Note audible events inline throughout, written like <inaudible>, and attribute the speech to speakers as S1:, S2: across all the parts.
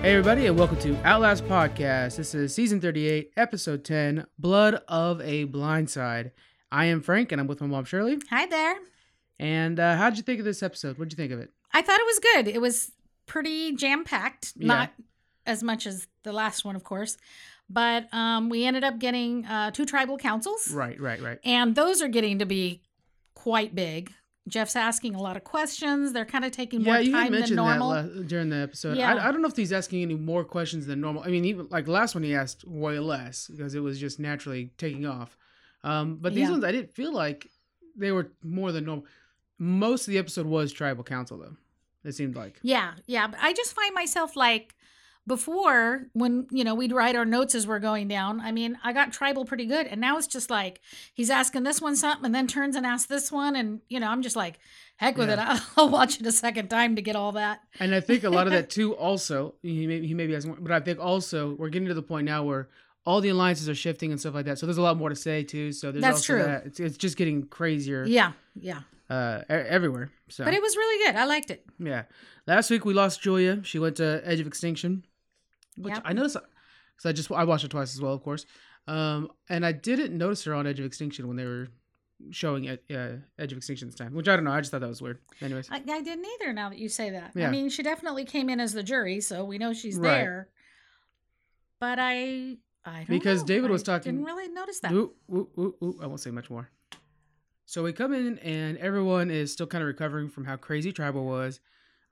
S1: Hey, everybody, and welcome to Outlast Podcast. This is season 38, episode 10 Blood of a Blindside. I am Frank, and I'm with my mom, Shirley.
S2: Hi there.
S1: And uh, how'd you think of this episode? What'd you think of it?
S2: I thought it was good. It was pretty jam packed,
S1: Yeah.
S2: not as much as the last one, of course. But um, we ended up getting uh, two tribal councils,
S1: Right, right, right.
S2: and those are getting to be quite big. Jeff's asking a lot of questions. They're kind of taking more
S1: yeah, you had
S2: time than
S1: mentioned that
S2: normal.
S1: la- during the episode.
S2: Yeah.
S1: I, I don't know if he's asking any more questions than normal. I mean, even like last one, he asked way less because it was just naturally taking off. Um, but these
S2: Yeah.
S1: ones, I didn't feel like they were more than normal. Most of the episode was tribal council, though. It seemed like.
S2: Yeah, yeah. But I just find myself like before when you know we'd write our notes as we're going down. I mean, I got tribal pretty good, and now it's just like he's asking this one something, and then turns and asks this one, and you know I'm just like, heck with
S1: Yeah.
S2: it. <laughs> I'll watch it a second time to get all that.
S1: And I think a lot of that too. Also, he may, he maybe has more, but I think also we're getting to the point now where all the alliances are shifting and stuff like that. So there's a lot more to say too. So there's
S2: That's
S1: also
S2: true.
S1: That. It's, it's just getting crazier
S2: Yeah, yeah.
S1: uh, e- everywhere. So
S2: But it was really good. I liked it.
S1: yeah, last week we lost Julia. She went to Edge of Extinction, which
S2: Yep.
S1: I noticed because I just I watched it twice as well, of course. Um, and I didn't notice her on Edge of Extinction when they were showing it, uh, Edge of Extinction this time, which I don't know. I just thought that was weird. Anyways,
S2: I, I didn't either. Now that you say that,
S1: Yeah.
S2: I mean, she definitely came in as the jury, so we know she's
S1: Right.
S2: there. But I, I don't
S1: Because
S2: know.
S1: David
S2: I
S1: was talking-
S2: Didn't really notice that.
S1: Ooh, ooh, ooh, ooh. I won't say much more. So we come in, and everyone is still kind of recovering from how crazy Tribal was.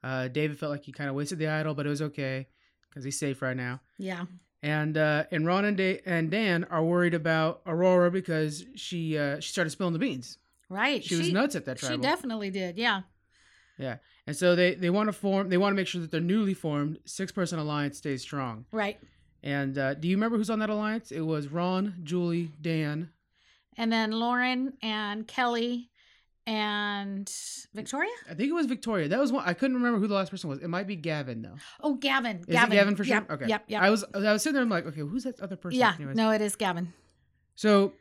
S1: Uh, David felt like he kind of wasted the idol, but it was okay because he's safe right now.
S2: Yeah,
S1: And uh, and Ron and, da- and Dan are worried about Aurora because she uh, she started spilling the beans.
S2: right.
S1: She, was nuts at that
S2: She
S1: tribal,
S2: definitely did. Yeah.
S1: and so they they want to form. They want to make sure that their newly formed six person alliance stays strong.
S2: Right.
S1: And uh, do you remember who's on that alliance? It was Ron, Julie, Dan,
S2: And then Lauren and Kelly and Victoria?
S1: I think it was Victoria. That was one. I couldn't remember who the last person was. It might be Gavin though.
S2: Oh, Gavin.
S1: Is it Gavin for sure?
S2: Yep,
S1: Okay.
S2: Yep. Yep.
S1: I was I was sitting there. I'm like, okay, who's that other person?
S2: yeah.
S1: Anyways.
S2: No, it is Gavin.
S1: So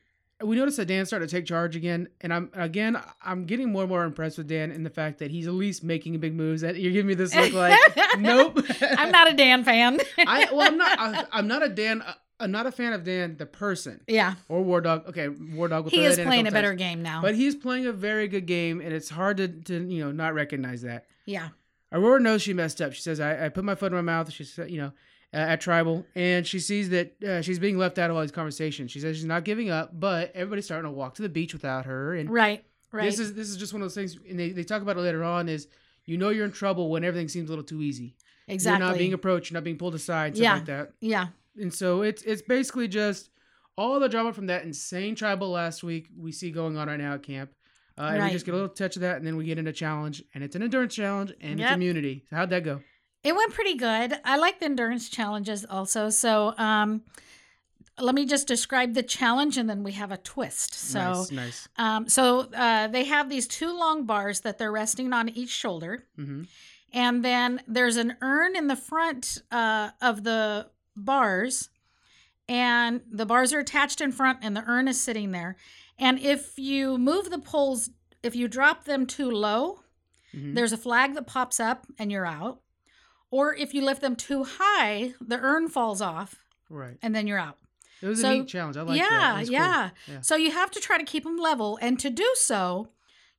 S1: we noticed that Dan started to take charge again, and I'm again I'm getting more and more impressed with Dan in the fact that he's at least making big moves. That you're giving me this look
S2: <laughs>
S1: like, nope.
S2: I'm not a Dan fan.
S1: <laughs> I well, I'm not. I, I'm not a Dan. uh, I'm not a fan of Dan the person
S2: yeah.
S1: or War Dog. Okay, War Dog. will
S2: He
S1: throw
S2: is
S1: that in
S2: playing a
S1: couple times.
S2: better game now.
S1: But he's playing a very good game, and it's hard to, to you know not recognize that.
S2: yeah.
S1: Aurora knows she messed up. She says, I, I put my foot in my mouth. She said, you know, uh, at tribal, and she sees that uh, she's being left out of all these conversations. She says she's not giving up, but everybody's starting to walk to the beach without her. And
S2: Right. Right.
S1: this is this is just one of those things. And they, they talk about it later on is you know you're in trouble when everything seems a little too easy.
S2: exactly.
S1: You're not being approached. You're not being pulled aside. Stuff
S2: Yeah.
S1: like that.
S2: yeah.
S1: And so it's it's basically just all the drama from that insane tribal last week we see going on right now at camp. Uh, And we
S2: Right.
S1: just get a little touch of that, and then we get into challenge, and it's an endurance challenge, and it's
S2: Yep.
S1: immunity. So how'd that go?
S2: It went pretty good. I like the endurance challenges also. So, um, let me just describe the challenge and then we have a twist. So,
S1: nice, nice.
S2: Um, so uh, they have these two long bars that they're resting on each shoulder,
S1: hmm
S2: and then there's an urn in the front uh, of the bars, and the bars are attached in front, and the urn is sitting there. And if you move the poles, if you drop them too low,
S1: hmm
S2: there's a flag that pops up and you're out. Or if you lift them too high, the urn falls off
S1: Right.
S2: and then you're out.
S1: It was a
S2: So-
S1: neat challenge. I like
S2: yeah,
S1: that. It was cool.
S2: yeah,
S1: Yeah.
S2: So you have to try to keep them level, and to do so,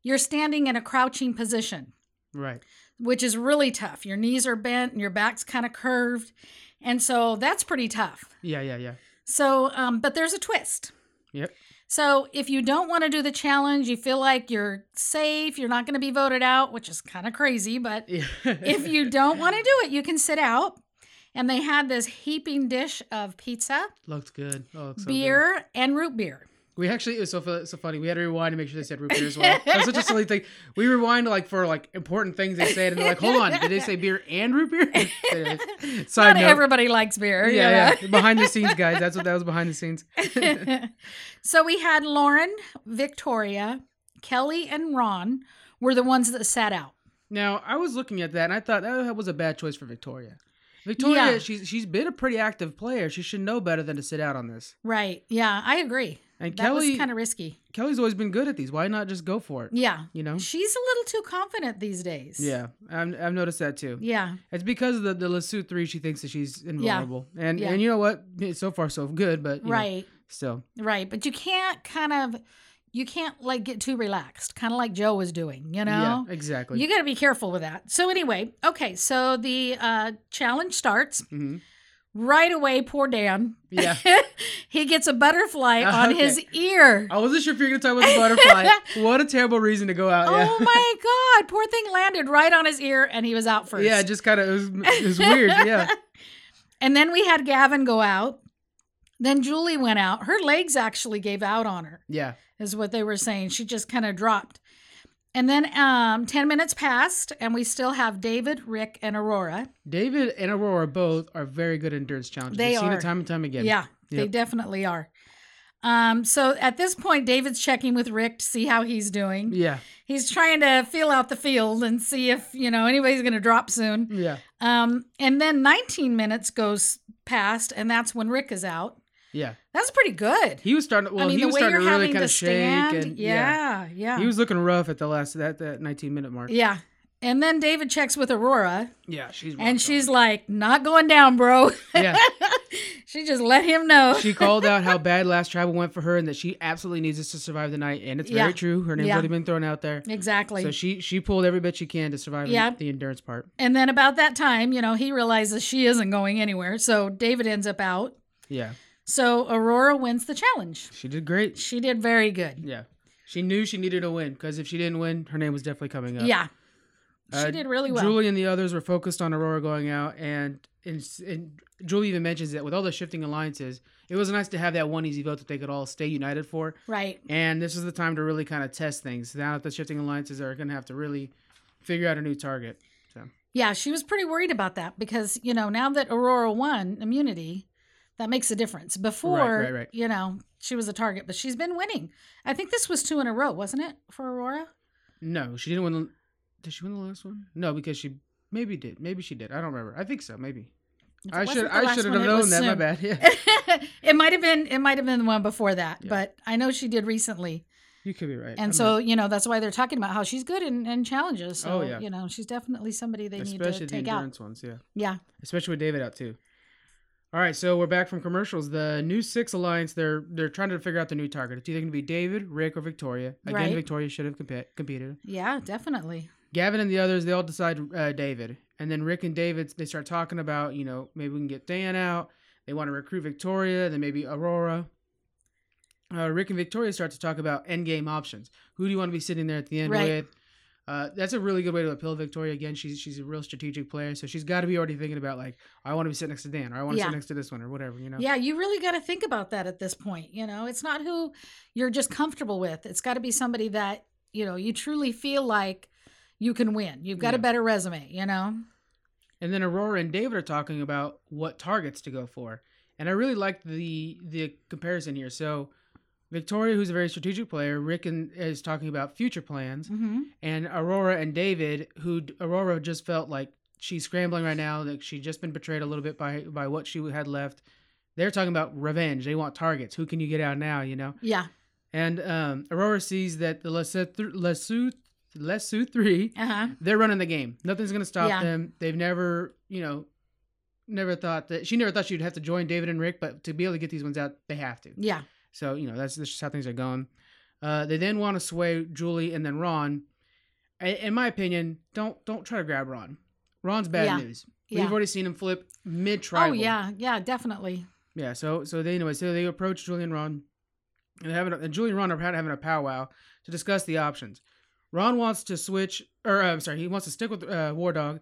S2: you're standing in a crouching position,
S1: Right.
S2: which is really tough. Your knees are bent and your back's kind of curved, and so that's pretty tough.
S1: Yeah, yeah, yeah. <laughs>
S2: So, um, but there's a twist.
S1: Yep.
S2: So if you don't want to do the challenge, you feel like you're safe, you're not going to be voted out, which is kind of crazy,
S1: <laughs>
S2: but
S1: Yeah.
S2: if you don't want to do it, you can sit out. And they had this heaping dish of pizza,
S1: looks good. Oh, it looks so good.
S2: beer, and root beer.
S1: We actually it was so fu- so funny. We had to rewind to make sure they said root beer as well. That's such a silly thing. We rewind like for like important things they said, and they're like, "Hold on, did they say beer and root
S2: <laughs>
S1: beer?" <laughs> Anyways, Side
S2: Not
S1: note.
S2: everybody likes beer. you know?
S1: yeah, yeah. behind the scenes, guys. That's what that was behind the scenes.
S2: <laughs> so we had Lauren, Victoria, Kelly, and Ron were the ones that sat out.
S1: Now I was looking at that and I thought that was a bad choice for Victoria. Victoria,
S2: Yeah.
S1: she's she's been a pretty active player. She should know better than to sit out on this.
S2: Right. Yeah, I agree.
S1: And
S2: that
S1: Kelly
S2: was kind of risky.
S1: Kelly's always been good at these. Why not just go for it?
S2: Yeah.
S1: You know?
S2: She's a little too confident these days.
S1: Oh. Yeah. I've, I've noticed that too.
S2: Yeah.
S1: It's because of the, the Lasso three she thinks that she's invulnerable. And
S2: Yeah.
S1: and you know what? So far so good, but you know,
S2: Right.
S1: still.
S2: Right. But you can't kind of you can't like get too relaxed, kind of like Joe was doing, you know?
S1: Yeah, exactly.
S2: You got to be careful with that. So anyway, okay, so the uh, challenge starts
S1: hmm
S2: right away. Poor Dan, <laughs>
S1: Yeah.
S2: he gets a butterfly
S1: Uh, <laughs>
S2: on his ear.
S1: I wasn't sure if you were gonna talk about the butterfly.
S2: <laughs>
S1: what a terrible reason to go out.
S2: Oh
S1: Uh, yeah.
S2: my god, poor thing landed right on his ear, and he was out first.
S1: <laughs> Yeah, just kind of it was, it was
S2: <laughs>
S1: weird. Yeah,
S2: and then we had Gavin go out. Then Julie went out. Her legs actually gave out on her,
S1: yeah.
S2: is what they were saying. She just kind of dropped. And then um, 10 minutes passed, and we still have David, Rick, and Aurora.
S1: David and Aurora both are very good endurance challenges.
S2: They
S1: We've seen
S2: are.
S1: it time and time again.
S2: Yeah, they
S1: Yep.
S2: definitely are. Um, so at this point, David's checking with Rick to see how he's doing.
S1: yeah,
S2: He's trying to feel out the field and see if, you know, anybody's going to drop soon.
S1: yeah,
S2: Um, and then 19 minutes goes past, and that's when Rick is out.
S1: yeah.
S2: That's pretty good.
S1: He was starting. Well,
S2: I mean,
S1: he
S2: the
S1: was
S2: way
S1: starting
S2: you're
S1: to really
S2: having
S1: kind
S2: to
S1: of shake,
S2: stand.
S1: and yeah.
S2: Yeah, yeah.
S1: he was looking rough at the last that that 19 minute mark.
S2: yeah. And then David checks with Aurora,
S1: Yeah, she's rough,
S2: and she's like, not going down, bro.
S1: though.
S2: <laughs>
S1: yeah.
S2: she just let him know.
S1: She called out how bad last travel went for her, and that she absolutely needs us to survive the night. And it's
S2: Yeah.
S1: very true. Her name's
S2: Yeah.
S1: already been thrown out there.
S2: exactly.
S1: So she she pulled every bit she can to survive
S2: Yeah.
S1: the endurance part.
S2: And then about that time, you know, he realizes she isn't going anywhere. So David ends up out.
S1: Yeah,
S2: So Aurora wins the challenge.
S1: she did great.
S2: She did very good.
S1: Yeah, she knew she needed a win because if she didn't win, her name was definitely coming up.
S2: Yeah.
S1: Uh,
S2: she did really well.
S1: Julie and the others were focused on Aurora going out, and, and and Julie even mentions that with all the shifting alliances, it was nice to have that one easy vote that they could all stay united for.
S2: right.
S1: And this is the time to really kind of test things. Now that the shifting alliances are going to have to really figure out a new target.
S2: Yeah, she was pretty worried about that because, you know, now that Aurora won immunity, that makes a difference. Before,
S1: right, right.
S2: you know, she was a target, but she's been winning. I think this was two in a row, wasn't it, for Aurora? <laughs>
S1: No, she didn't win. The, did she win the last one? No, because she maybe did. Maybe she did. I don't remember. I think so. Maybe.
S2: If it
S1: I
S2: wasn't
S1: should.
S2: the
S1: I
S2: last
S1: should have
S2: one, it
S1: known
S2: was
S1: that. My
S2: soon.
S1: bad. <laughs> Yeah.
S2: it might have been it might have been the one before that,
S1: Yeah.
S2: but I know she did recently.
S1: You could be right.
S2: And
S1: I'm
S2: so,
S1: not-
S2: you know, that's why they're talking about how she's good in, in challenges. So,
S1: Oh, yeah.
S2: you know, she's definitely somebody they need
S1: especially
S2: to
S1: the
S2: take out.
S1: endurance ones. Yeah.
S2: Yeah.
S1: especially with David out too. All right, so we're back from commercials. The new six alliance, they're they're trying to figure out the new target. It's either going to be David, Rick, or Victoria. Again,
S2: Right.
S1: Victoria should have compe- competed.
S2: Yeah, definitely.
S1: Gavin and the others, they all decide uh, David, and then Rick and David they start talking about you know maybe we can get Dan out. They want to recruit Victoria, then maybe Aurora. Uh, Rick and Victoria start to talk about end game options. Who do you want to be sitting there at the end
S2: Right.
S1: with? Uh, that's a really good way to appeal to Victoria. Again, she's she's a real strategic player, so she's got to be already thinking about like I want to be sitting next to Dan, or I want to
S2: Yeah.
S1: sit next to this one, or whatever. You know.
S2: Yeah, you really got to think about that at this point. You know, it's not who you're just comfortable with, it's got to be somebody that, you know, you truly feel like you can win. You've got a
S1: Yeah.
S2: better resume, you know?
S1: And then Aurora and David are talking about what targets to go for. And I really liked the the comparison here. So Victoria, who's a very strategic player, Rick and, is talking about future plans,
S2: Mm-hmm.
S1: and Aurora and David, who Aurora just felt like she's scrambling right now, like she'd just been betrayed a little bit by by what she had left. They're talking about revenge. They want targets. Who can you get out now? You know.
S2: Yeah.
S1: And um, Aurora sees that the Lasso th- Lasso Lasso three
S2: Uh huh.
S1: they're running the game. Nothing's gonna stop
S2: Yeah.
S1: them. They've never, you know, never thought that she never thought she'd have to join David and Rick, but to be able to get these ones out, they have to.
S2: Yeah.
S1: So you know that's, that's just how things are going. Uh, they then want to sway Julie and then Ron. I, in my opinion, don't don't try to grab Ron. Ron's bad
S2: Yeah.
S1: news.
S2: Yeah.
S1: We've already seen him flip mid
S2: Oh,
S1: tribal.
S2: yeah. Yeah, definitely.
S1: Yeah, so so they anyway, so they approach Julie and Ron, and they're having a, and Julie and Ron are having a powwow to discuss the options. Ron wants to switch, or uh, I'm sorry, he wants to stick with uh, War Dog,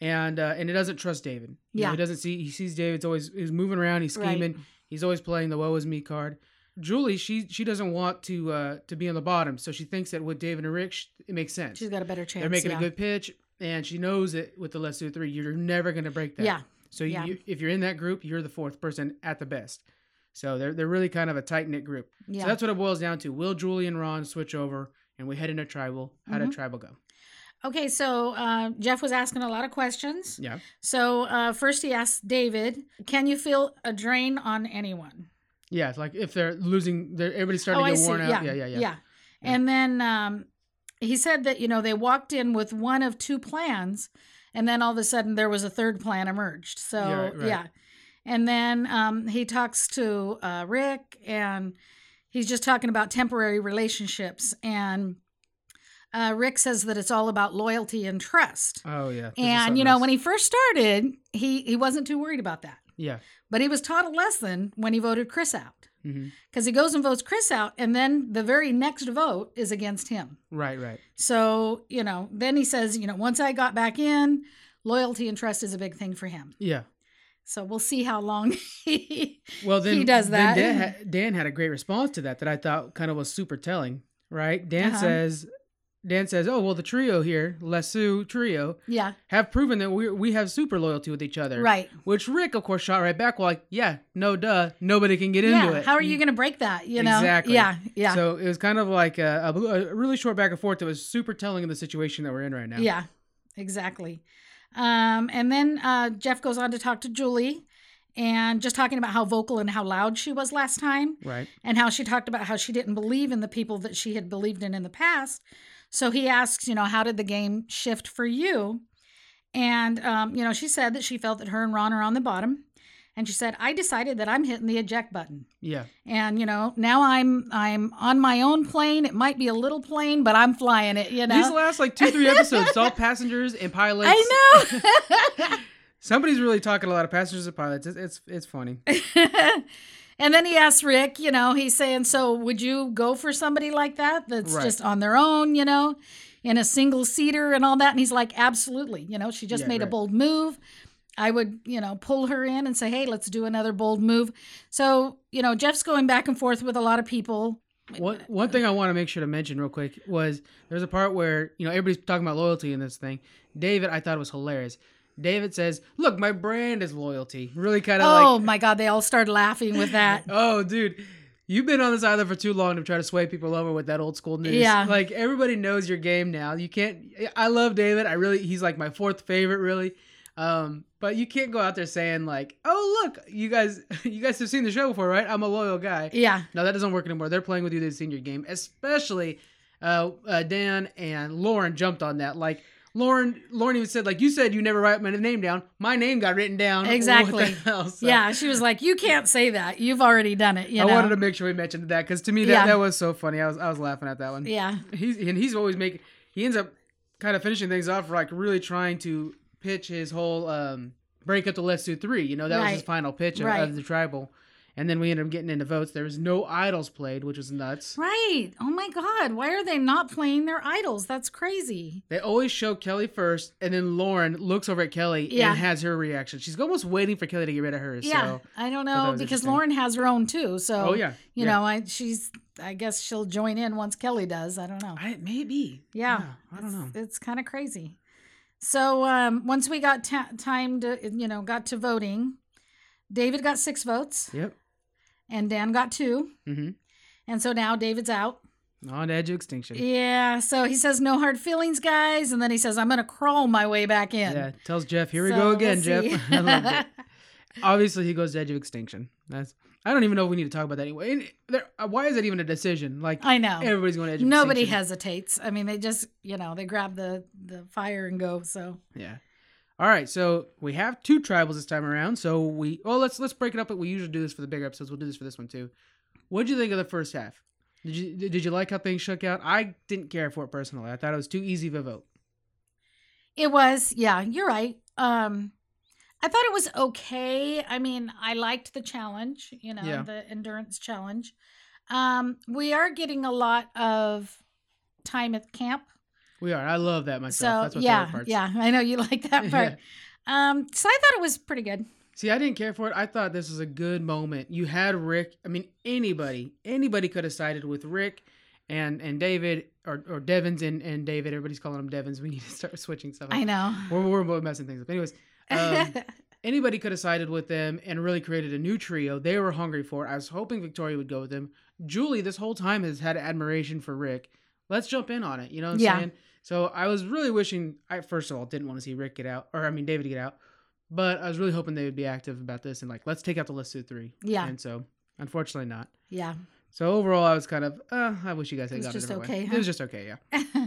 S1: and uh, and he doesn't trust David. You know,
S2: Yeah.
S1: he doesn't see. He sees David's always he's moving around, he's
S2: Right.
S1: scheming, he's always playing the "woe is me" card. Julie, she she doesn't want to uh, to be on the bottom, so she thinks that with David and Rick, sh- it makes sense.
S2: She's got a better chance.
S1: They're making
S2: yeah.
S1: a good pitch, and she knows that with the less two three, you're never going to break that.
S2: Yeah.
S1: So you,
S2: Yeah.
S1: you- if you're in that group, you're the fourth person at the best. So they're they're really kind of a tight knit group.
S2: Yeah.
S1: So that's what it boils down to. Will Julie and Ron switch over, and we head into tribal? How
S2: Mhm.
S1: did tribal go?
S2: Okay, so uh, Jeff was asking a lot of questions.
S1: Yeah.
S2: So uh, first he asked David, "Can you feel a drain on anyone?"
S1: Yeah, it's like if they're losing, they're,
S2: Oh,
S1: everybody's starting to get worn out. Yeah, yeah, yeah. Yeah.
S2: And then um, he said that you know they walked in with one of two plans, and then all of a sudden there was a third plan emerged. So
S1: Yeah,
S2: yeah,
S1: right, right.
S2: and then um, he talks to uh, Rick, and he's just talking about temporary relationships, and uh, Rick says that it's all about loyalty and trust.
S1: Oh yeah.
S2: And you know when he first started, he he wasn't too worried about that,
S1: Yeah.
S2: but he was taught a lesson when he voted Chris out
S1: hmm
S2: because he goes and votes Chris out, and then the very next vote is against him.
S1: Right. Right.
S2: So, you know, then he says, you know, once I got back in, loyalty and trust is a big thing for him.
S1: Yeah.
S2: So we'll see how long <laughs> he.
S1: Well, then
S2: He does that.
S1: Then Dan, ha- Dan had a great response to that that I thought kind of was super telling. Right? Dan
S2: Uh-huh.
S1: says, Dan says, "Oh well, the trio here, Lesu trio,
S2: Yeah,
S1: have proven that we we have super loyalty with each other."
S2: right.
S1: Which Rick, of course, shot right back. Like, yeah, no, duh, nobody can get into
S2: Yeah.
S1: it.
S2: How are you going to break that? You know?
S1: Exactly.
S2: Yeah, yeah,
S1: So it was kind of like a, a, blue- a really short back and forth that was super telling of the situation that we're in right now.
S2: yeah, exactly. Um, and then uh, Jeff goes on to talk to Julie and just talking about how vocal and how loud she was last time.
S1: Right.
S2: and how she talked about how she didn't believe in the people that she had believed in in the past. So he asks, you know, how did the game shift for you? And, um, you know, she said that she felt that her and Ron are on the bottom. And she said, I decided that I'm hitting the eject button.
S1: Yeah.
S2: And, you know, now I'm I'm on my own plane. It might be a little plane, but I'm flying it, you know.
S1: These last like two,
S2: <laughs>
S1: three episodes, all passengers and pilots.
S2: I know.
S1: Somebody's really talking a lot of passengers and pilots. It's it's, it's funny.
S2: <laughs> and then he asks Rick, you know, he's saying, so would you go for somebody like that that's
S1: Right.
S2: just on their own, you know, in a single seater and all that? And he's like, absolutely. You know, she just
S1: Yeah,
S2: made
S1: right.
S2: a bold move. I would, you know, pull her in and say, hey, let's do another bold move. So, you know, Jeff's going back and forth with a lot of people.
S1: One one thing I want to make sure to mention real quick was there's a part where you know everybody's talking about loyalty in this thing. David, I thought was hilarious. David says, "Look, my brand is loyalty." Really kind of
S2: Oh
S1: like,
S2: my God, they all started laughing with <laughs> that.
S1: "Oh, dude, you've been on this island for too long to try to sway people over with that old school news."
S2: Yeah.
S1: like everybody knows your game now. You can't. I love David. I really, he's like my fourth favorite, really. Um, but you can't go out there saying like, "Oh, look, you guys, <laughs> you guys have seen the show before, right? I'm a loyal guy."
S2: yeah.
S1: No, that doesn't work anymore. They're playing with you. They've seen your game, especially uh, uh, Dan and Lauren jumped on that. Like Lauren, Lauren even said, like you said, you never write my name down. My name got written down. <laughs> What the
S2: Exactly.
S1: hell? So,
S2: Yeah. She was like, you can't say that. You've already done it. You
S1: I
S2: know?
S1: wanted to make sure we mentioned that because to me that,
S2: Yeah.
S1: that was so funny. I was I was laughing at that one.
S2: yeah.
S1: He's and he's always making. He ends up kind of finishing things off like really trying to pitch his whole um, break up the Let's Do Three. You know that was his
S2: Right.
S1: final pitch of,
S2: Right.
S1: of the tribal. And then we ended up getting into votes. There was no idols played, which was nuts.
S2: Right. Oh my God. Why are they not playing their idols? That's crazy.
S1: They always show Kelly first, and then Lauren looks over at Kelly
S2: Yeah.
S1: and has her reaction. She's almost waiting for Kelly to get rid of hers.
S2: yeah.
S1: So,
S2: I don't
S1: that
S2: know
S1: was
S2: because
S1: interesting.
S2: Lauren has her own too. So,
S1: oh yeah,
S2: you
S1: yeah.
S2: know, I, she's, I guess she'll join in once Kelly does. I don't know.
S1: I, maybe.
S2: Yeah.
S1: I don't know.
S2: It's, kind of crazy. So, um, once we got ta- time to, you know, got to voting, David got six votes
S1: Yep.
S2: and Dan got two.
S1: Mm-hmm.
S2: And so now David's out.
S1: On the edge of extinction.
S2: Yeah. So he says, no hard feelings, guys. And then he says, I'm going to crawl my way back in.
S1: Yeah, Tells Jeff, here we
S2: So
S1: go
S2: we'll
S1: again,
S2: see.
S1: Jeff. <laughs> I loved
S2: <laughs>
S1: it. Obviously, he goes to edge of extinction. That's. I don't even know if we need to talk about that anyway. And there, uh, why is that even a decision? Like
S2: I know.
S1: everybody's going to edge. Of
S2: Oh, Nobody
S1: extinction.
S2: hesitates. I mean, they just, you know, they grab the the fire and go. So
S1: Yeah. All right, so we have two tribals this time around. So we well, let's let's break it up. But we usually do this for the bigger episodes. We'll do this for this one too. What did you think of the first half? Did you did did you like how things shook out? I didn't care for it personally. I thought it was too easy of a vote.
S2: it was, yeah, you're right. Um, I thought it was okay. I mean, I liked the challenge, you know,
S1: Yeah.
S2: the endurance challenge. Um, we are getting a lot of time at camp.
S1: We are. I love that myself. That's
S2: so
S1: my
S2: yeah,
S1: favorite parts.
S2: yeah, I know you
S1: <laughs>
S2: like that part.
S1: Yeah.
S2: Um, so I thought it was pretty good.
S1: See, I didn't care for it. I thought this was a good moment. You had Rick. I mean, anybody, anybody could have sided with Rick and and David or or Devins and and David. Everybody's calling him Devins. We need to start switching stuff. Up.
S2: I know.
S1: We're we're both messing things up. Anyways. Oh. Um, anybody could have sided with them and really created a new trio. They were hungry for it. I was hoping Victoria would go with them. Julie, this whole time, has had admiration for Rick. Let's jump in on it. You know what I'm
S2: Yeah.
S1: saying? So I was really wishing. I first of all didn't want to see Rick get out, or I mean David get out, but I was really hoping they would be active about this and like let's take out the list of three.
S2: <laughs> Yeah.
S1: And so unfortunately not.
S2: Yeah. <laughs>
S1: So overall, I was kind of. Uh, I wish you guys had
S2: It was
S1: gotten
S2: just
S1: it. different
S2: okay,
S1: way.
S2: huh?
S1: It was just okay.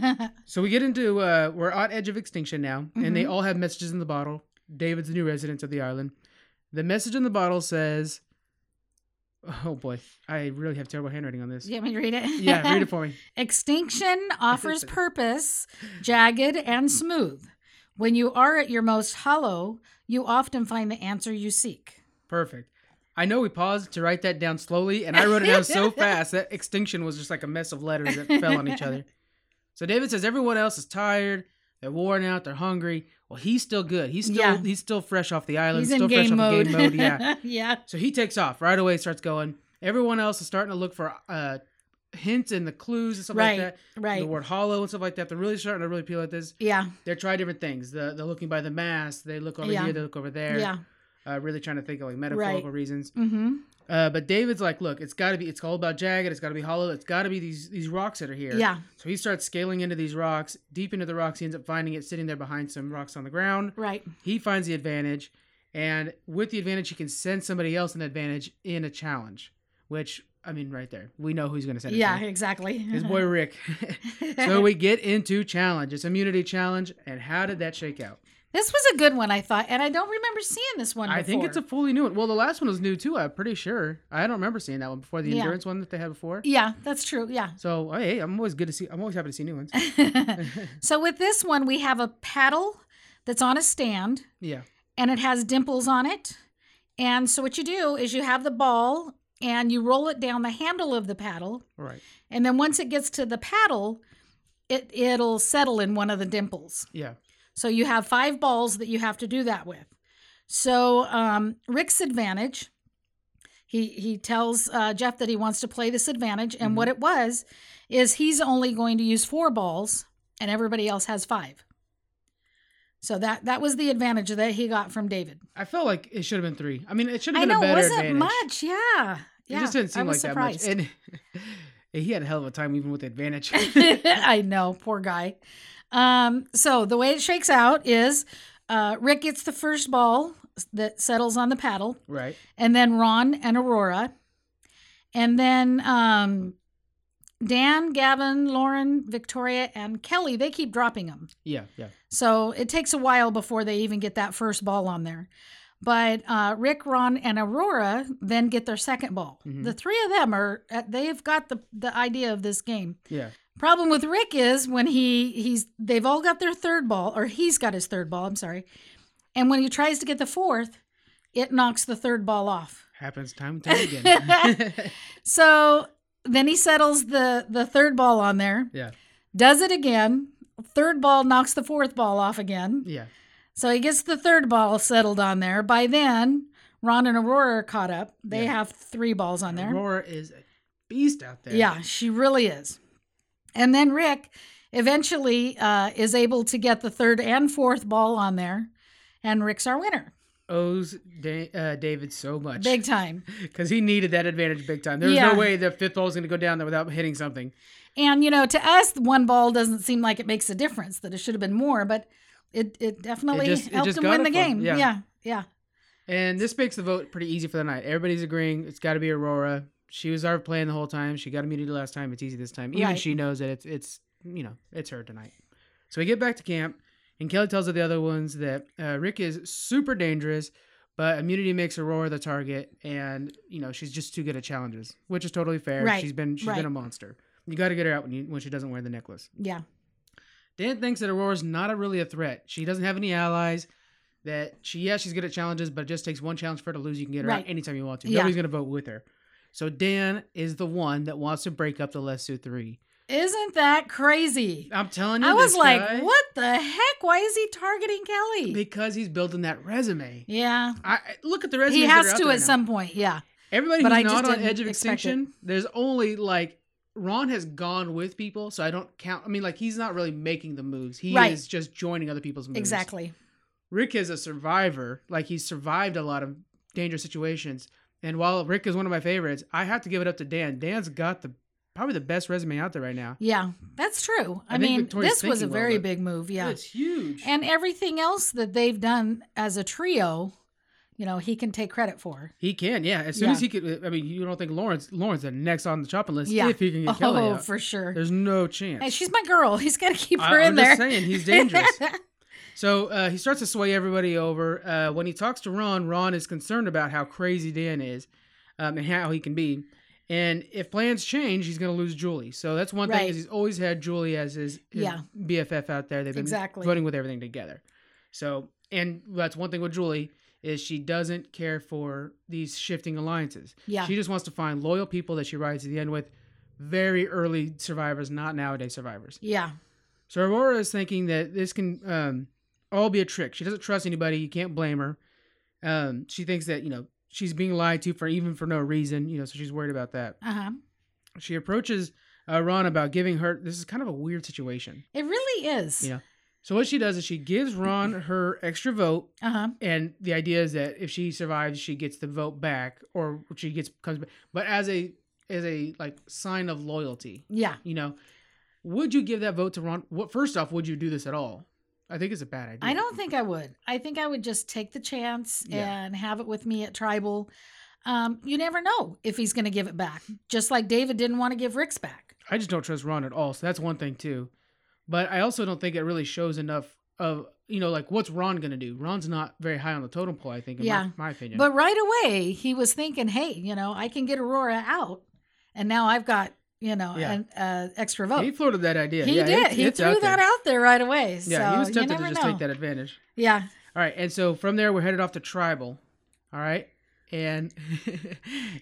S1: Yeah. So we get into uh, we're on edge of extinction now, and they
S2: Mhm.
S1: all have messages in the bottle. David's the new resident of the island. The message in the bottle says, <laughs> "Oh boy, I really have terrible handwriting on this."
S2: you want me to read it?
S1: yeah
S2: <laughs>
S1: read it for me. <laughs>
S2: Extinction offers purpose, jagged and smooth. When you are at your most hollow, you often find the answer you seek.
S1: Perfect. I know we paused to write that down slowly, and I wrote it down
S2: <laughs>
S1: so fast that extinction was just like a mess of letters that fell on each
S2: <laughs>
S1: other. So David says everyone else is tired, they're worn out, they're hungry. Well, he's still good. He's still
S2: Yeah.
S1: he's still fresh off the island.
S2: He's
S1: still
S2: in
S1: fresh
S2: game
S1: off
S2: mode.
S1: the game mode.
S2: <laughs>
S1: Yeah.
S2: yeah.
S1: So he takes off right away, starts going. Everyone else is starting to look for uh, hints and the clues and stuff
S2: Right.
S1: like that. The
S2: Right.
S1: word hollow and stuff like that. They're really starting to really peel at this.
S2: Yeah.
S1: They're trying different things. The, they're looking by the mask. They look over
S2: Yeah.
S1: here. They look over there.
S2: Yeah.
S1: Uh, really trying to think of like metaphorical reasons.
S2: Mm-hmm.
S1: Uh, but David's like, look, it's got to be. It's all about jagged. It's got to be hollow. It's got to be these these rocks that are here.
S2: Yeah.
S1: So he starts scaling into these rocks. Deep into the rocks, he ends up finding it sitting there behind some rocks on the ground.
S2: Right.
S1: He finds the advantage, and with the advantage, he can send somebody else an advantage in a challenge. Which I mean, right there, we know who's going to send.
S2: Yeah.
S1: it to.
S2: Exactly.
S1: his
S2: <laughs>
S1: boy Rick. <laughs> so we get into challenge. It's immunity challenge, and how did that shake out?
S2: this was a good one, I thought, and I don't remember seeing this one.
S1: I think it's a
S2: before.
S1: fully new one. Well, the last one was new too. I'm pretty sure. I don't remember seeing that one before. The
S2: Yeah.
S1: endurance one that they had before.
S2: Yeah, that's true. Yeah.
S1: <laughs>
S2: <laughs>
S1: So oh, hey, I'm always good to see. I'm always happy to see new ones.
S2: so with this one, we have a paddle that's on a stand.
S1: yeah,
S2: and it has dimples on it. And so what you do is you have the ball and you roll it down the handle of the paddle.
S1: right.
S2: And then once it gets to the paddle, it it'll settle in one of the dimples.
S1: Yeah,
S2: So you have five balls that you have to do that with. So um, Rick's advantage. He he tells uh, Jeff that he wants to play this advantage, and what it was is he's only going to use four balls, and everybody else has five. So that that was the advantage that he got from David.
S1: I felt like it should have been three. I mean, it should have
S2: I
S1: been
S2: know
S1: a better
S2: it wasn't
S1: advantage.
S2: much. Yeah.
S1: It
S2: yeah.
S1: just didn't
S2: I
S1: seem
S2: was
S1: like
S2: surprised.
S1: that much. And <laughs> he had a hell of a time even with advantage.
S2: <laughs>
S1: <laughs>
S2: I know, poor guy. Um, so the way it shakes out is uh, Rick gets the first ball that settles on the paddle,
S1: right.
S2: and then Ron and Aurora, and then um, Dan, Gavin, Lauren, Victoria, and Kelly. They keep dropping them.
S1: Yeah. Yeah.
S2: So it takes a while before they even get that first ball on there. But uh, Rick, Ron, and Aurora then get their second ball.
S1: Mhm.
S2: The three of them are uh, they've got the the idea of this game.
S1: Yeah.
S2: Problem with Rick is when he he's they've all got their third ball or he's got his third ball. I'm sorry, and when he tries to get the fourth, it knocks the third ball off.
S1: Happens time and time again.
S2: <laughs>
S1: <laughs>
S2: So then he settles the the third ball on there,
S1: yeah.
S2: does it again. Third ball knocks the fourth ball off again.
S1: Yeah.
S2: So he gets the third ball settled on there. By then, Ron and Aurora are caught up. They
S1: Yeah.
S2: have three balls on there.
S1: Aurora is a beast out there.
S2: Yeah, she really is. And then Rick eventually uh, is able to get the third and fourth ball on there. And Rick's our winner,
S1: Owes da- uh, David so much
S2: big time.
S1: because he needed that advantage big time. There was
S2: Yeah.
S1: no way the fifth ball was going to go down there without hitting something.
S2: And, you know, to us, one ball doesn't seem like it makes a difference, that it should have been more, but it, it definitely
S1: just- it
S2: helped
S1: just
S2: him
S1: got
S2: win
S1: it
S2: the
S1: for him.
S2: game.
S1: Yeah.
S2: yeah. yeah.
S1: And this makes the vote pretty easy for the night. Everybody's agreeing. It's got to be Aurora. She was our plan the whole time. She got immunity last time. It's easy this time. Even
S2: Right.
S1: she knows that it's it's you know it's her tonight. So we get back to camp, and Kelly tells the other ones that uh, Rick is super dangerous, but immunity makes Aurora the target, and you know she's just too good at challenges, which is totally fair.
S2: Right.
S1: She's been she's
S2: Right.
S1: been a monster. You got to get her out when you when she doesn't wear the necklace.
S2: Yeah.
S1: Dan thinks that Aurora's not a, really a threat. She doesn't have any allies. That she, yeah, she's good at challenges, but it just takes one challenge for her to lose. You can get her
S2: Right.
S1: out anytime you want to.
S2: Yeah.
S1: Nobody's gonna vote with her. So Dan is the one that wants to break up the Lesu three.
S2: Isn't that crazy?
S1: I'm telling you,
S2: I was
S1: this
S2: like,
S1: guy-
S2: what the heck? Why is he targeting Kelly?
S1: Because he's building that resume.
S2: yeah.
S1: I I- look at the resume.
S2: He has to at some point. Yeah.
S1: Everybody
S2: but
S1: who's
S2: I just
S1: not on
S2: didn't
S1: Edge of
S2: expect it.
S1: Extinction. There's only like Ron has gone with people, so I don't count. I mean, like he's not really making the moves. He
S2: Right.
S1: is just joining other people's moves.
S2: Exactly.
S1: Rick is a survivor. Like he's survived a lot of dangerous situations. And while Rick is one of my favorites, I have to give it up to Dan. Dan's got the probably the best resume out there right now.
S2: Yeah, that's true. I,
S1: I think
S2: mean,
S1: Victoria's
S2: this was a
S1: thinking well,
S2: very
S1: but-
S2: big move. Yeah.
S1: it's huge.
S2: And everything else that they've done as a trio, you know, he can take credit for.
S1: he can, yeah. As soon
S2: Yeah.
S1: as he could, I mean, you don't think Lawrence Lawrence the next on the chopping list
S2: Yeah.
S1: if he can get Kelly
S2: Oh,
S1: out.
S2: for sure.
S1: There's no chance.
S2: Hey, she's my girl. <laughs> He's got to keep
S1: I-
S2: her in
S1: I'm
S2: there.
S1: just saying he's
S2: <laughs>
S1: dangerous. So uh, he starts to sway everybody over. Uh, when he talks to Ron, Ron is concerned about how crazy Dan is um, and how he can be. And if plans change, he's going to lose Julie. So that's one thing
S2: Right.
S1: is he's always had Julie as his, his
S2: Yeah.
S1: BFF out there. They've been
S2: Exactly.
S1: running with everything together. So and that's one thing with Julie is she doesn't care for these shifting alliances.
S2: yeah.
S1: She just wants to find loyal people that she rides to the end with. Very early survivors, not nowadays survivors.
S2: yeah.
S1: So Aurora is thinking that this can um, all be a trick. She doesn't trust anybody. You can't blame her. Um, she thinks that you know she's being lied to for even for no reason. You know, so she's worried about that.
S2: Uh huh.
S1: She approaches uh, Ron about giving her. This is kind of a weird situation.
S2: It really is.
S1: Yeah. So what she does is she gives Ron her extra vote,
S2: Uh huh.
S1: and the idea is that if she survives, she gets the vote back, or she gets comes back. But as a as a like sign of loyalty,
S2: Yeah.
S1: you know, would you give that vote to Ron? What first off, would you do this at all? I think it's a bad idea.
S2: I don't think I would. I think I would just take the chance
S1: Yeah.
S2: and have it with me at tribal. Um, you never know if he's going to give it back. Just like David didn't want to give Rick's back.
S1: I just don't trust Ron at all. So that's one thing too. But I also don't think it really shows enough of you know like what's Ron gonna do? Ron's not very high on the totem pole. I think, in
S2: Yeah.
S1: my, my opinion.
S2: But right away, he was thinking, hey, you know, I can get Aurora out. And now I've got, you know,
S1: Yeah.
S2: an uh, extra vote.
S1: he floated that idea.
S2: He
S1: yeah,
S2: did.
S1: it's-
S2: he
S1: it's
S2: threw that
S1: there.
S2: out there right away.
S1: Yeah,
S2: so
S1: he was
S2: you
S1: tempted
S2: never
S1: to just
S2: know.
S1: take that advantage.
S2: Yeah.
S1: All right, and so from there we're headed off to tribal. All right, and <laughs>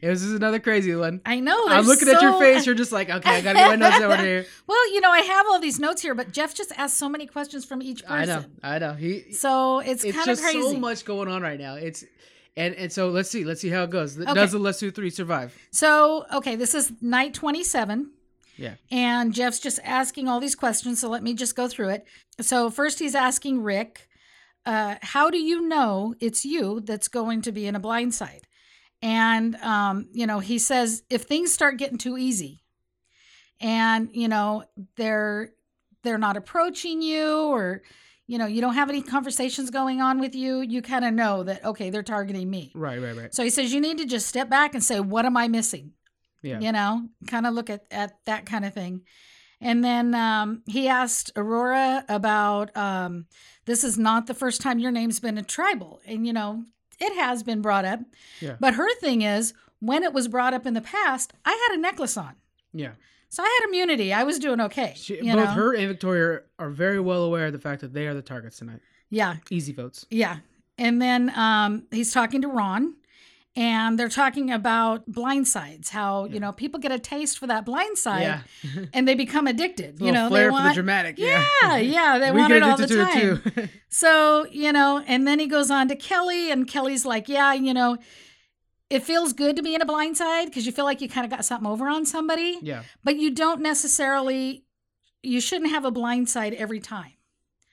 S1: this is another crazy one.
S2: I know.
S1: I'm
S2: Oh, there's
S1: looking at your
S2: so-
S1: face. You're just like, okay, I gotta get my notes over here.
S2: <laughs> Well, you know, I have all these notes here, but Jeff just asked so many questions from each person.
S1: I know, I know. He
S2: So it's,
S1: it's
S2: kind of
S1: just
S2: crazy.
S1: so much going on right now. It's and and so let's see, let's see how it goes.
S2: Okay.
S1: Does the Lesu three survive?
S2: So, okay, this is night 27.
S1: Yeah.
S2: And Jeff's just asking all these questions. So let me just go through it. So, first, he's asking Rick, uh, How do you know it's you that's going to be in a blindside? And, um, you know, he says, If things start getting too easy and, you know, they're, they're not approaching you or you know you don't have any conversations going on with you you kind of know that okay they're targeting me
S1: Right, right, right.
S2: so he says you need to just step back and say, what am I missing?
S1: Yeah.
S2: You know, kind of look at, at that kind of thing. And then um, he asked Aurora about um, this is not the first time your name's been a tribal. And, you know, it has been brought up.
S1: Yeah.
S2: But her thing is, when it was brought up in the past, I had a necklace on.
S1: Yeah.
S2: So I had immunity. I was doing okay.
S1: She,
S2: you
S1: both
S2: know?
S1: her and Victoria are very well aware of the fact that they are the targets tonight.
S2: Yeah.
S1: Easy votes.
S2: Yeah. And then um, he's talking to Ron, and they're talking about blindsides, how, you
S1: Yeah.
S2: know, people get a taste for that blindside
S1: yeah.
S2: and they become addicted.
S1: A
S2: You
S1: little
S2: know,
S1: flair
S2: they
S1: for
S2: want.
S1: the dramatic. Yeah.
S2: yeah, yeah, they
S1: we
S2: want
S1: get
S2: it all the
S1: addicted
S2: time.
S1: to it too. <laughs>
S2: So, you know, and then he goes on to Kelly, and Kelly's like, yeah, you know, it feels good to be in a blindside because you feel like you kind of got something over on somebody,
S1: yeah.
S2: but you don't necessarily, you shouldn't have a blindside every time.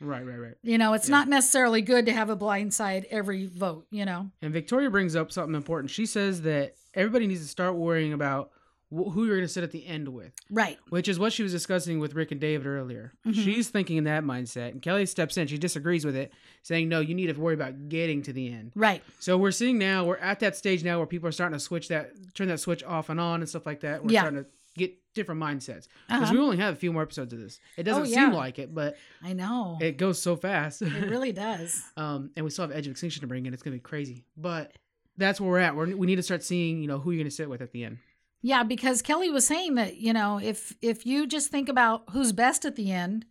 S1: Right, right, right.
S2: You know, it's
S1: Yeah.
S2: not necessarily good to have a blindside every vote, you know?
S1: And Victoria brings up something important. She says that everybody needs to start worrying about wh- who you're going to sit at the end with.
S2: Right.
S1: which is what she was discussing with Rick and David earlier.
S2: Mhm.
S1: She's thinking in that mindset, and Kelly steps in. She disagrees with it, saying, "No, you need to worry about getting to the end."
S2: Right.
S1: So we're seeing now we're at that stage now where people are starting to switch that, turn that switch off and on, and stuff like that. We're
S2: Yeah.
S1: starting to get different mindsets because
S2: Uh-huh.
S1: we only have a few more episodes of this. It doesn't
S2: Oh,
S1: seem
S2: yeah.
S1: like it, but
S2: I know. It,
S1: it goes so fast.
S2: really does.
S1: <laughs> um, and we still have Edge of Extinction to bring in. It's gonna be crazy, but. That's where we're at. We're, we need to start seeing, you know, who you're going to sit with at the end.
S2: <laughs> Yeah, because Kelly was saying that, you know, if if you just think about who's best at the end,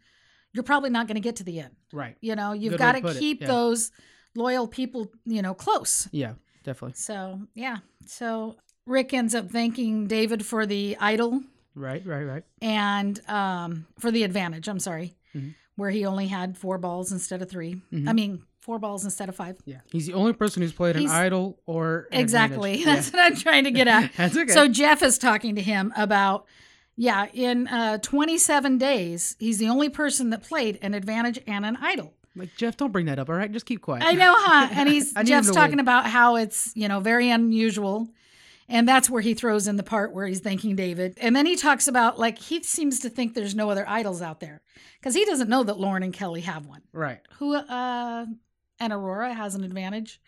S2: you're probably not going to get to the end.
S1: Right.
S2: You know, you've
S1: Good way
S2: got
S1: to
S2: to
S1: put it,
S2: keep
S1: yeah.
S2: those loyal people, you know, close.
S1: Yeah, definitely.
S2: So, yeah. So Rick ends up thanking David for the idol
S1: Right, right, right.
S2: and um for the advantage, I'm sorry.
S1: Mhm.
S2: Where he only had four balls instead of 3 I
S1: Mhm.
S2: mean, four balls instead of five.
S1: Yeah, he's the only person who's played
S2: He's-
S1: an idol or an
S2: exactly. <laughs>
S1: advantage. <laughs>
S2: That's what I'm trying to get at.
S1: Yeah. That's okay.
S2: So Jeff is talking to him about, yeah, in uh, 27 days, he's the only person that played an advantage and an idol.
S1: like Jeff, don't bring that up. All right, just keep quiet. <laughs>
S2: I know, huh? And he's
S1: I need him
S2: Jeff's
S1: to
S2: talking
S1: win.
S2: about how it's you know very unusual, And that's where he throws in the part where he's thanking David. And then he talks about like he seems to think there's no other idols out there because he doesn't know that Lauren and Kelly have one.
S1: Right.
S2: Who uh and Aurora has an advantage.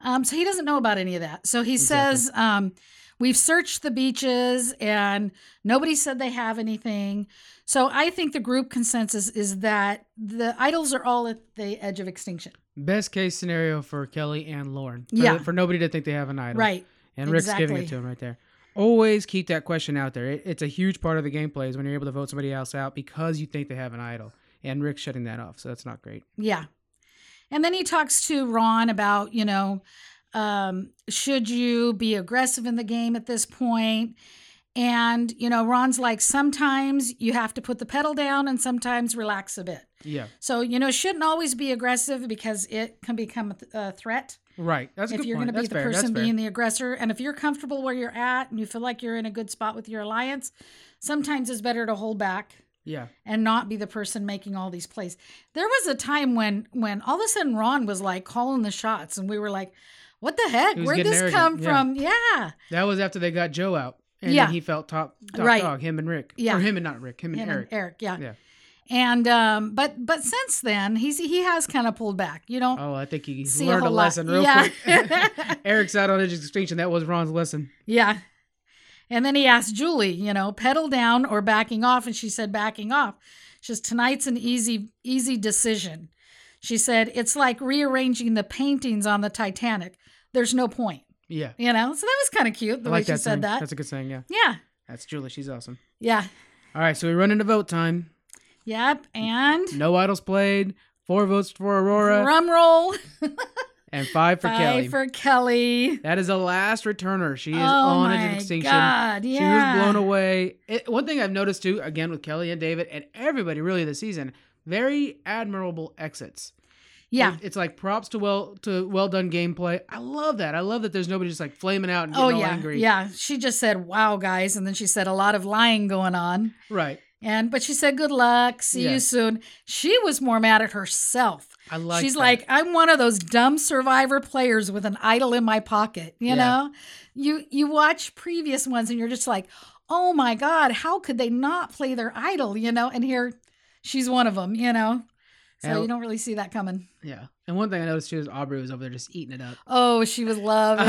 S2: Um so he doesn't know about any of that. So he
S1: Exactly.
S2: says um we've searched the beaches and nobody said they have anything. So I think the group consensus is that the idols are all at the edge of extinction.
S1: Best case scenario for Kelly and Lauren. For,
S2: Yeah.
S1: For nobody to think they have an idol.
S2: Right.
S1: And Rick's giving it
S2: exactly.
S1: to him right there. Always keep that question out there. It, it's a huge part of the gameplay is when you're able to vote somebody else out because you think they have an idol. And Rick's shutting that off, so that's not great.
S2: Yeah. And then he talks to Ron about, you know, um, should you be aggressive in the game at this point? And, you know, Ron's like, sometimes you have to put the pedal down and sometimes relax a bit.
S1: Yeah.
S2: So, you know, shouldn't always be aggressive because it can become a, th- a threat
S1: Right. That's a
S2: if
S1: good
S2: you're
S1: point.
S2: going to be
S1: That's
S2: the
S1: fair. That's
S2: person
S1: fair.
S2: being the aggressor. And if you're comfortable where you're at and you feel like you're in a good spot with your alliance, sometimes it's better to hold back
S1: yeah.
S2: and not be the person making all these plays. There was a time when when all of a sudden Ron was like calling the shots and we were like, what the heck?
S1: He was
S2: Where'd
S1: getting
S2: this
S1: arrogant,
S2: come
S1: yeah.
S2: from? Yeah.
S1: That was after they got Joe out. And
S2: Yeah.
S1: then he felt top, top
S2: Right.
S1: dog, him and Rick.
S2: Yeah.
S1: Or him and not Rick, him and
S2: Him
S1: Eric.
S2: and Eric, yeah.
S1: Yeah.
S2: And um but but since then he's he has kind of pulled back. You don't
S1: Oh, I think he
S2: see
S1: learned
S2: a
S1: a,
S2: whole lot.
S1: lesson real
S2: yeah.
S1: quick.
S2: <laughs>
S1: <laughs> Eric's out on edge of extinction. That was Ron's lesson.
S2: yeah. And then he asked Julie, you know, pedal down or backing off and she said backing off. She says tonight's an easy easy decision. She said it's like rearranging the paintings on the Titanic. There's no point.
S1: Yeah.
S2: you know so that was kind of cute the
S1: I
S2: way
S1: like
S2: she
S1: that
S2: said
S1: saying.
S2: that
S1: That's a good saying, yeah.
S2: yeah
S1: That's Julie. She's awesome.
S2: yeah
S1: All right, so we run into vote time.
S2: yep and
S1: No idols played. Four votes for Aurora
S2: drum roll
S1: and five for
S2: Bye
S1: Kelly.
S2: for kelly
S1: that is the last returner. She is
S2: oh
S1: on edge
S2: my
S1: of extinction.
S2: god yeah
S1: She was blown away. It, one thing I've noticed too, again with Kelly and David and everybody really this season, very admirable exits.
S2: yeah
S1: It- it's like props to well to well done gameplay. I love that. I love that there's nobody just like flaming out and getting
S2: oh
S1: all
S2: yeah
S1: angry.
S2: yeah she just said wow guys and then she said a lot of lying going on
S1: right.
S2: and but she said good luck see
S1: Yeah.
S2: you soon she was more mad at herself
S1: I like.
S2: She's
S1: that.
S2: like, I'm one of those dumb survivor players with an idol in my pocket. You
S1: Yeah.
S2: know, you you watch previous ones and you're just like, oh my god, how could they not play their idol? You know, and here she's one of them. You know, so
S1: And-
S2: you don't really see that coming.
S1: yeah. And one thing I noticed too is Aubrey was over there just eating it up.
S2: Oh, she was loving.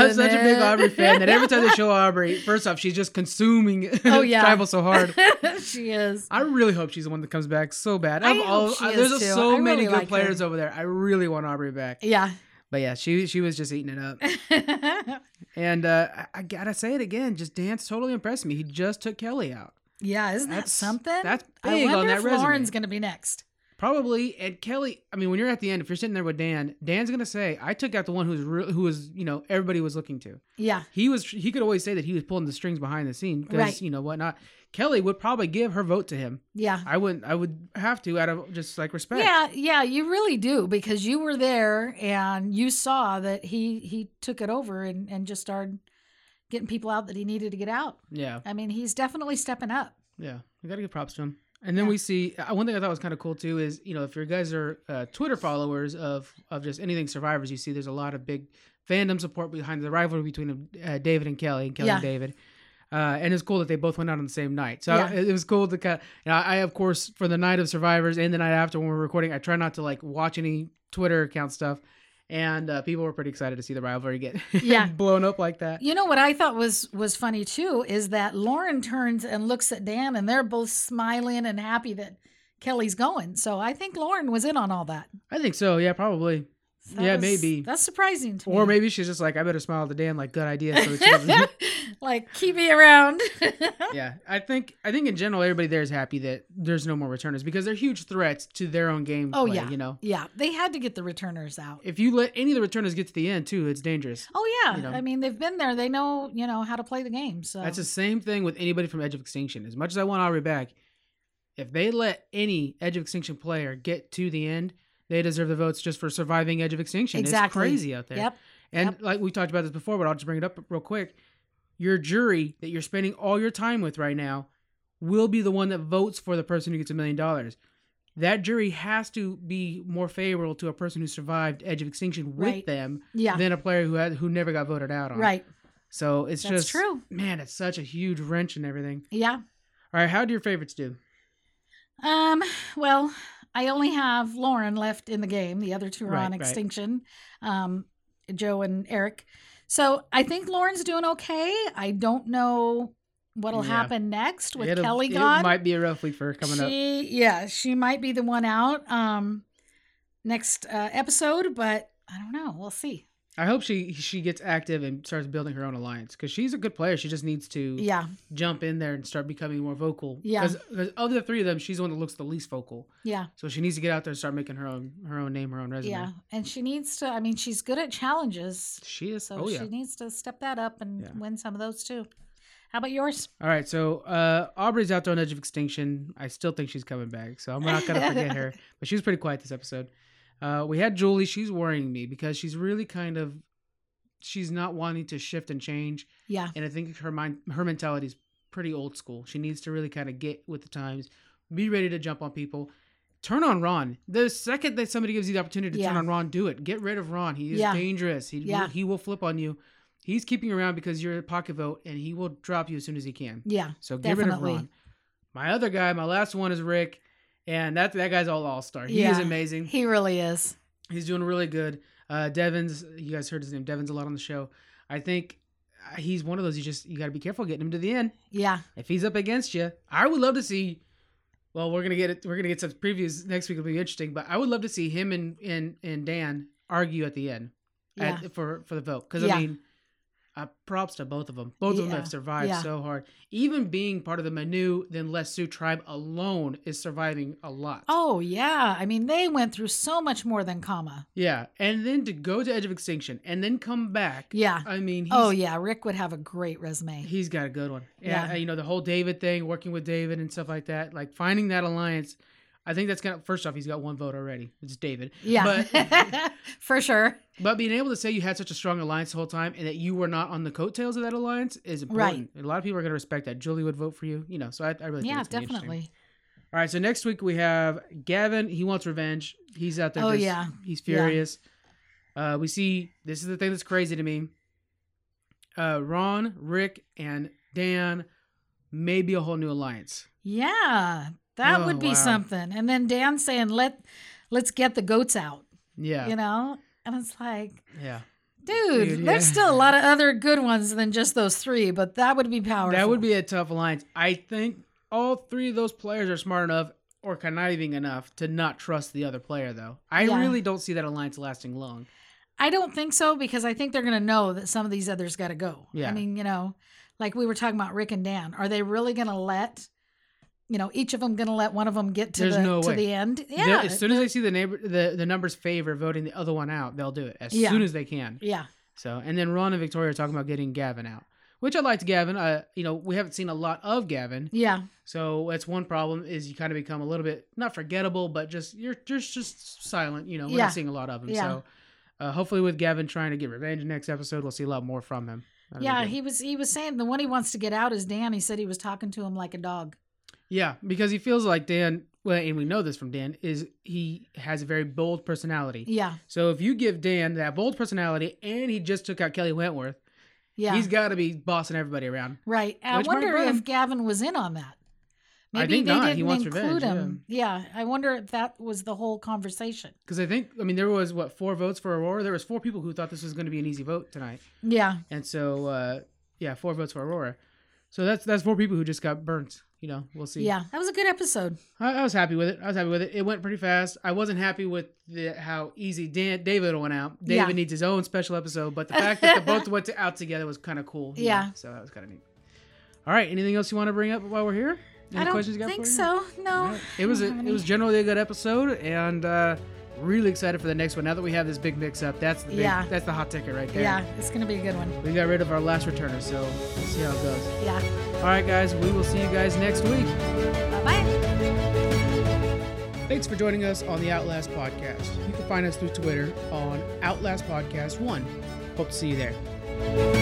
S1: <laughs> I'm such a big
S2: it.
S1: Aubrey fan that every time they
S2: <laughs>
S1: show Aubrey, first off, she's just consuming <laughs>
S2: Oh, yeah.
S1: Tribal so
S2: <laughs>
S1: hard.
S2: she is.
S1: I really hope she's the one that comes back so bad.
S2: I
S1: Of
S2: hope she
S1: I-
S2: is,
S1: there's
S2: too.
S1: so
S2: I
S1: many
S2: really
S1: good
S2: like her.
S1: players over there. I really want Aubrey
S2: <laughs>
S1: back.
S2: Yeah.
S1: But yeah, she she was just eating it
S2: <laughs>
S1: up. And uh, I, I gotta say it again, just Dance totally impressed me. He just took Kelly out.
S2: yeah, isn't that
S1: That's-
S2: something?
S1: that's
S2: I
S1: big on
S2: wonder
S1: that
S2: if
S1: resume.
S2: Lauren's going to be next.
S1: Probably, and Kelly. I mean, when you're at the end, if you're sitting there with Dan, Dan's gonna say, "I took out the one who's re- who was you know everybody was looking to."
S2: Yeah.
S1: He was he could always say that he was pulling the strings behind the scene because
S2: Right.
S1: you know whatnot. Kelly would probably give her vote to him.
S2: Yeah.
S1: I wouldn't. I would have to out of just like respect.
S2: Yeah, yeah, you really do because you were there and you saw that he he took it over and and just started getting people out that he needed to get out.
S1: Yeah.
S2: I mean, he's definitely stepping up.
S1: Yeah, we gotta give props to him. And then
S2: Yeah.
S1: we see uh, one thing I thought was kind of cool too is you know if your guys are uh, Twitter followers of of just anything survivors, you see there's a lot of big fandom support behind the rivalry between uh, David and Kelly and Kelly and
S2: Yeah.
S1: David. Uh, and it's cool that they both went out on the same night. So
S2: Yeah.
S1: I, it was cool to kind. Of, and I, I of course for the night of survivors and the night after when we're recording, I try not to like watch any Twitter account stuff. And uh, people were pretty excited to see the rivalry get
S2: Yeah.
S1: <laughs> blown up like that.
S2: You know what I thought was was funny too is that Lauren turns and looks at Dan and they're both smiling and happy that Kelly's going. So I think Lauren was in on all that.
S1: I think so. Yeah, probably.
S2: So that
S1: Yeah,
S2: was-
S1: maybe.
S2: That's surprising to me.
S1: Or maybe she's just like, I better smile to Dan. Like, good idea. So that she
S2: <laughs>
S1: doesn't-
S2: like keep me around.
S1: yeah, I think I think in general everybody there is happy that there's no more returners because they're huge threats to their own game.
S2: Oh,
S1: play,
S2: yeah.
S1: you know,
S2: yeah, they had to get the returners out.
S1: if you let any of the returners get to the end too, it's dangerous.
S2: Oh yeah,
S1: you know.
S2: I mean they've been there. They know you know how to play the game. So
S1: That's the same thing with anybody from Edge of Extinction. As much as I want Aubrey back, if they let any Edge of Extinction player get to the end, they deserve the votes just for surviving Edge of Extinction. It's
S2: Exactly.
S1: crazy out there.
S2: yep,
S1: And
S2: Yep.
S1: like we talked about this before, but I'll just bring it up real quick. Your jury that you're spending all your time with right now will be the one that votes for the person who gets a million dollars. That jury has to be more favorable to a person who survived Edge of Extinction with
S2: Right.
S1: them
S2: yeah,
S1: than a player who had who never got voted out on.
S2: right.
S1: So it's
S2: That's
S1: just
S2: true.
S1: Man, it's such a huge wrench and everything.
S2: Yeah.
S1: All right, how do your favorites do?
S2: Um, well, I only have Lauren left in the game. The other two are
S1: Right,
S2: on
S1: right.
S2: extinction. Um, Joe and Eric. So I think Lauren's doing okay. I don't know what'll
S1: Yeah.
S2: happen next with
S1: It'll-
S2: Kelly
S1: it
S2: gone.
S1: might be a rough week for her coming up.
S2: she, Yeah, she might be the one out um next uh, episode, but I don't know. We'll see.
S1: I hope she she gets active and starts building her own alliance because she's a good player. She just needs to
S2: Yeah,
S1: jump in there and start becoming more vocal.
S2: Yeah.
S1: because of the three of them, she's the one that looks the least vocal.
S2: yeah,
S1: So she needs to get out there and start making her own her own name, her own resume.
S2: yeah. And she needs to. I mean, she's good at challenges,
S1: She is.
S2: so
S1: oh yeah.
S2: she needs to step that up and
S1: Yeah.
S2: win some of those too. How about yours?
S1: All right. So uh, Aubrey's out there on edge of extinction. I still think she's coming back, so I'm not gonna forget
S2: <laughs>
S1: her. But she was pretty quiet this episode. Uh, we had Julie. She's worrying me because she's really kind of she's not wanting to shift and change,
S2: Yeah.
S1: and I think her mind her mentality is pretty old school. She needs to really kind of get with the times, be ready to jump on people. Turn on Ron. The second that somebody gives you the opportunity to turn
S2: Yeah.
S1: on Ron, do it. Get rid of Ron. He is
S2: Yeah.
S1: dangerous. He,
S2: Yeah.
S1: will, he will flip on you. He's keeping you around because you're a pocket vote, and he will drop you as soon as he can.
S2: Yeah.
S1: So get
S2: Definitely.
S1: rid of Ron. My other guy, my last one is Rick, and that that guy's all all star. He is
S2: Yeah.
S1: amazing.
S2: He really is.
S1: He's doing really good. Uh, Devins, you guys heard his name. Devins a lot on the show. I think uh, he's one of those you just you got to be careful getting him to the end.
S2: Yeah.
S1: If he's up against you, I would love to see. Well, we're gonna get it. We're gonna get some previews next week. It'll be interesting, but I would love to see him and and and Dan argue at the end
S2: Yeah.
S1: at, for for the vote. Because
S2: Yeah.
S1: I mean, uh, props to both of them. Both of them
S2: Yeah.
S1: have survived
S2: Yeah.
S1: so hard. Even being part of the Manu, then Les Sioux tribe alone is surviving a lot.
S2: oh yeah. I mean, they went through so much more than comma.
S1: Yeah, and then to go to Edge of Extinction and then come back.
S2: Yeah.
S1: I mean, he's,
S2: Oh yeah. Rick would have a great resume.
S1: he's got a good one. Yeah,
S2: Yeah.
S1: you know the whole David thing, working with David and stuff like that, like finding that alliance. I think that's gonna. First off, he's got one vote already. It's David.
S2: yeah.
S1: But,
S2: <laughs> For sure.
S1: but being able to say you had such a strong alliance the whole time and that you were not on the coattails of that alliance is important. A lot of people are going to respect that. Julie would vote for you. You know, so I, I really think
S2: Yeah,
S1: it's gonna be interesting.
S2: definitely.
S1: All right, so next week we have Gavin. He wants revenge. He's out there.
S2: Oh,
S1: just-
S2: yeah.
S1: he's
S2: Yeah.
S1: furious. Uh, we see this is the thing that's crazy to me. Uh, Ron, Rick, and Dan, maybe a whole new alliance.
S2: Yeah. That
S1: Oh,
S2: would be
S1: wow.
S2: something. And then Dan saying, "Let let's get the goats out."
S1: Yeah,
S2: You know? And it's like,
S1: yeah.
S2: dude,
S1: Dude,
S2: there's
S1: yeah.
S2: still a lot of other good ones than just those three, but that would be powerful.
S1: That would be a tough alliance. I think all three of those players are smart enough or conniving enough to not trust the other player, though. I
S2: Yeah.
S1: really don't see that alliance lasting long.
S2: I don't think so because I think they're going to know that some of these others got to go.
S1: Yeah.
S2: I mean, you know, like we were talking about Rick and Dan. Are they really going to let, you know, each of them going to let one of them get to
S1: There's
S2: the
S1: no
S2: to
S1: way.
S2: the end?
S1: They'll-
S2: Yeah.
S1: as soon as they see the neighbor, the, the numbers favor voting the other one out, they'll do it as
S2: Yeah.
S1: soon as they can.
S2: yeah.
S1: So, and then Ron and Victoria are talking about getting Gavin out, which I liked Gavin. Uh, you know, we haven't seen a lot of Gavin,
S2: Yeah.
S1: so that's one problem is you kind of become a little bit not forgettable, but just you're just just silent. You know, we're
S2: Yeah.
S1: not seeing a lot of him.
S2: Yeah.
S1: So, uh, hopefully, with Gavin trying to get revenge next episode, we'll see a lot more from him. That'll be
S2: Yeah,
S1: good.
S2: he was he was saying the one he wants to get out is Dan. He said he was talking to him like a dog.
S1: yeah, because he feels like Dan. Well, and we know this from Dan is he has a very bold personality.
S2: Yeah.
S1: So if you give Dan that bold personality, and he just took out Kelly Wentworth,
S2: Yeah.
S1: he's got to be bossing everybody around.
S2: right. I
S1: Which might
S2: wonder
S1: burn him.
S2: if Gavin was in on that.
S1: I
S2: Maybe
S1: think
S2: they
S1: not. He
S2: didn't
S1: wants
S2: include
S1: revenge,
S2: him. Yeah. I wonder if that was the whole conversation.
S1: Because I think, I mean, there was what four votes for Aurora. There was four people who thought this was going to be an easy vote tonight,
S2: Yeah.
S1: and so uh, yeah, four votes for Aurora. So that's that's four people who just got burnt. You know, we'll see.
S2: Yeah. That was a good episode.
S1: I, I was happy with it. I was happy with it. It went pretty fast. I wasn't happy with the, how easy Dan, David went out. David
S2: Yeah.
S1: needs his own special episode, but the fact
S2: <laughs>
S1: that the both went to, out together was kind of cool. you know,
S2: Yeah.
S1: so that was kind of neat. All right, anything else you want to bring up while we're here? Any
S2: I don't
S1: questions you got
S2: think
S1: for me?
S2: so. No.
S1: Alright. It was a, it was generally a good episode, and uh, really excited for the next one. Now that we have this big mix up, that's the big,
S2: Yeah.
S1: that's the hot ticket right there.
S2: Yeah, it's gonna be a good one.
S1: We got rid of our last returner, so we'll see how it goes.
S2: Yeah.
S1: All right, guys, we will see you guys next week.
S2: Bye bye.
S1: Thanks for joining us on the Outlast Podcast. You can find us through Twitter on Outlast Podcast One. Hope to see you there.